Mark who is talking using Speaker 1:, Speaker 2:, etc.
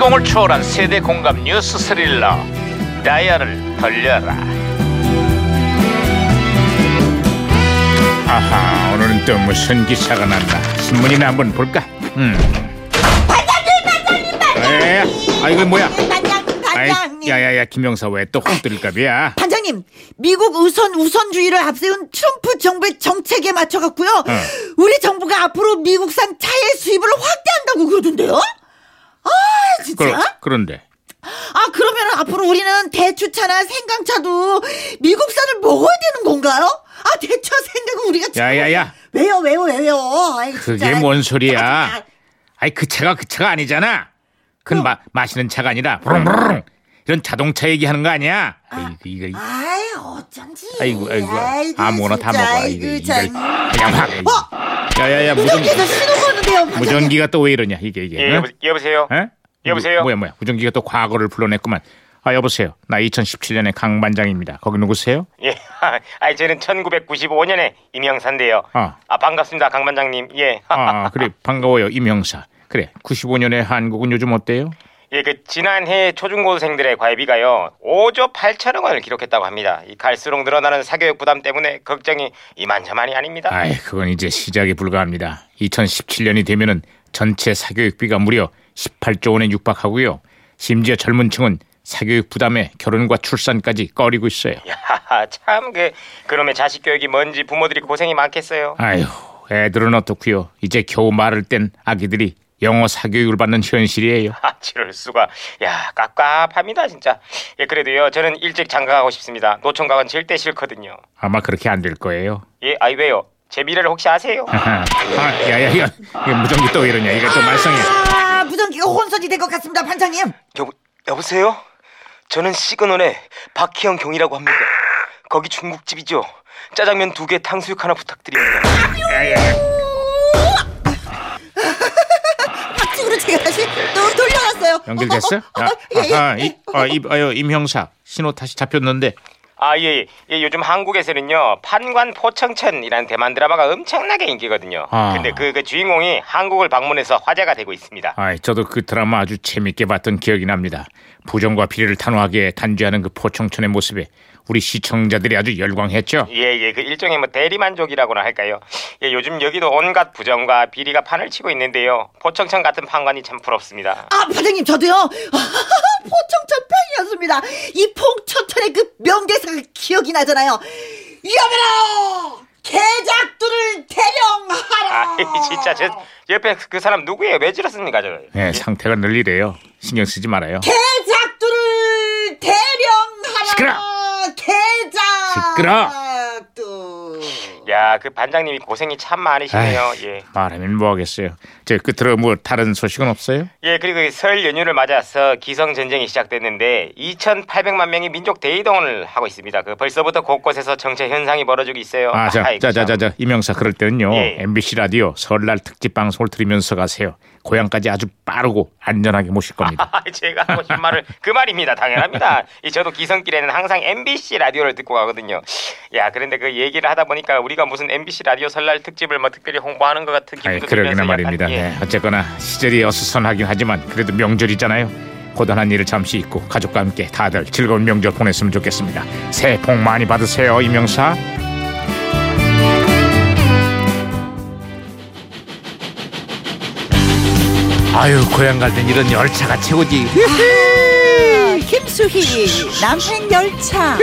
Speaker 1: 감동을 초월한 세대 공감 뉴스 스릴러 다이아를 돌려라 아하 오늘은 또 무슨 기사가 난다 신문이나 한번 볼까? 음. 반장님 반장님 반장님 아 이거 뭐야
Speaker 2: 반장님,
Speaker 1: 아이,
Speaker 2: 반장님.
Speaker 1: 야야야 김영사 왜 또 확 들까비야
Speaker 2: 반장님, 미국 우선 우선주의를 앞세운 트럼프 정부의 정책에 맞춰 갖고요. 우리 정부가 앞으로 미국산 차의 수입을 확대한다고 그러던데요? 아, 진짜?
Speaker 1: 그런데
Speaker 2: 아, 그러면 앞으로 우리는 대추차나 생강차도 미국산을 먹어야 되는 건가요? 아, 대추 생강은 우리가 참-
Speaker 1: 야야야
Speaker 2: 왜요, 왜요, 왜요? 아이,
Speaker 1: 그게
Speaker 2: 진짜.
Speaker 1: 뭔
Speaker 2: 아,
Speaker 1: 소리야
Speaker 2: 아,
Speaker 3: 아이 그 차가 그 차가 아니잖아.
Speaker 2: 어.
Speaker 3: 그건 마, 마시는 차가 아니라 브릉브릉 이런 자동차 얘기하는 거 아니야? 아이고 이거 이-
Speaker 2: 아이, 어쩐지.
Speaker 3: 아이고 아이고
Speaker 2: 아이고,
Speaker 3: 아무거나 다
Speaker 2: 진짜.
Speaker 3: 먹어. 아이고
Speaker 2: 아이고,
Speaker 3: 이거
Speaker 2: 참.
Speaker 3: 그냥 확.
Speaker 2: 어,
Speaker 3: 야야야 무전
Speaker 2: 무전기에서 신호가 오는데요, 반장님.
Speaker 3: 무전기가 또 왜 이러냐 이게 이게.
Speaker 1: 예,
Speaker 3: 응?
Speaker 1: 여보, 여보세요 예,
Speaker 3: 어?
Speaker 1: 여보세요?
Speaker 3: 뭐야 뭐야 무전기가 또 과거를 불러냈구만. 아 여보세요. 나 2017년의 강 반장입니다. 거기 누구세요?
Speaker 4: 예, 아, 저는 1995년에 임영사인데요.
Speaker 3: 아.
Speaker 4: 아, 반갑습니다, 강 반장님. 예,
Speaker 3: 아 그래 반가워요 임형사. 그래 95년의 한국은 요즘 어때요?
Speaker 4: 예, 그 지난해 초중고생들의 과외비가요 5조 8천억 원을 기록했다고 합니다. 이 갈수록 늘어나는 사교육 부담 때문에 걱정이 이만저만이 아닙니다.
Speaker 3: 아이, 그건 이제 시작에 불과합니다. 2017년이 되면은 전체 사교육비가 무려 18조 원에 육박하고요. 심지어 젊은 층은 사교육 부담에 결혼과 출산까지 꺼리고 있어요.
Speaker 4: 야, 참, 그, 그놈의 자식 교육이 뭔지 부모들이 고생이 많겠어요.
Speaker 3: 아휴, 애들은 어떻고요. 이제 겨우 말을 뗀 아기들이 영어 사교육을 받는 현실이에요.
Speaker 4: 아, 지럴 수가. 야, 깝깝합니다, 진짜. 예, 그래도요, 저는 일찍 장가가고 싶습니다. 노총 가건 절대 싫거든요.
Speaker 3: 아마 그렇게 안 될 거예요.
Speaker 4: 예, 아이, 왜요? 제 미래를 혹시 아세요?
Speaker 3: 아, 야야야, 이거 무전기 또 이러냐? 이거 좀 말썽이야.
Speaker 2: 아, 무전기가 혼선이 된 것 같습니다, 반장님.
Speaker 4: 여보, 여보세요? 저는 시그널의 박희영 경이라고 합니다. 거기 중국집이죠. 짜장면 두 개, 탕수육 하나 부탁드립니다.
Speaker 2: 박치으로 제가 다시 또 돌려놨어요.
Speaker 3: 연결됐어?
Speaker 2: 어, 어, 어, 예, 예.
Speaker 3: 아, 이, 아, 이, 아유, 임형사 신호 다시 잡혔는데
Speaker 4: 아 예, 예 요즘 한국에서는요 판관 포청천이라는 대만 드라마가 엄청나게 인기거든요.
Speaker 3: 아.
Speaker 4: 근데 그, 그 주인공이 한국을 방문해서 화제가 되고 있습니다.
Speaker 3: 아이, 저도 그 드라마 아주 재밌게 봤던 기억이 납니다. 부정과 비리를 단호하게 단죄하는 그 포청천의 모습에 우리 시청자들이 아주 열광했죠.
Speaker 4: 예예 그 일종의 뭐 대리만족이라고나 할까요? 예 요즘 여기도 온갖 부정과 비리가 판을 치고 있는데요. 포청천 같은 판관이 참 부럽습니다.
Speaker 2: 아, 반장님, 저도요. 포청천 편이었습니다. 이 봉천천의 그 명대사가 기억이 나잖아요. 여봐라! 개작들을 대령하라!
Speaker 4: 아 진짜 저 옆에 그 사람 누구예요? 왜 질렀습니까 저를?
Speaker 3: 네, 상태가 늘 이래요. 신경 쓰지 말아요.
Speaker 2: 개작들을 대령하라!
Speaker 3: 시끄러!
Speaker 2: 개작!
Speaker 3: 시끄러!
Speaker 4: 야, 그 반장님이 고생이 참 많으시네요.
Speaker 3: 아이,
Speaker 4: 예.
Speaker 3: 말하면 뭐하겠어요. 저 끝으로 뭐 다른 소식은 없어요?
Speaker 4: 예, 그리고 이설 연휴를 맞아서 기성 전쟁이 시작됐는데 2,800만 명이 민족 대이동을 하고 있습니다. 그 벌써부터 곳곳에서 정체 현상이 벌어지고 있어요.
Speaker 3: 아, 자,
Speaker 4: 아이고,
Speaker 3: 자, 자,
Speaker 4: 참.
Speaker 3: 자, 자, 이명사 그럴 때는요.
Speaker 4: 예.
Speaker 3: MBC 라디오 설날 특집 방송을 들으면서 가세요. 고향까지 아주 빠르고 안전하게 모실 겁니다.
Speaker 4: 아, 제가 하고 싶은 말을 그 말입니다. 당연합니다. 이 저도 기성길에는 항상 MBC 라디오를 듣고 가거든요. 야, 그런데 그 얘기를 하다 보니까 우리가 무슨 MBC 라디오 설날 특집을 뭐 특별히 홍보하는 것 같은
Speaker 3: 아이,
Speaker 4: 기분도
Speaker 3: 그러기나
Speaker 4: 들면서 약간,
Speaker 3: 말입니다.
Speaker 4: 예.
Speaker 3: 네, 어쨌거나 시절이 어수선하긴 하지만 그래도 명절이잖아요. 고단한 일을 잠시 잊고 가족과 함께 다들 즐거운 명절 보냈으면 좋겠습니다. 새해 복 많이 받으세요, 이명사. 아유, 고향 갈 땐 이런 열차가 최고지.
Speaker 2: 음, 김수희, 남행 열차.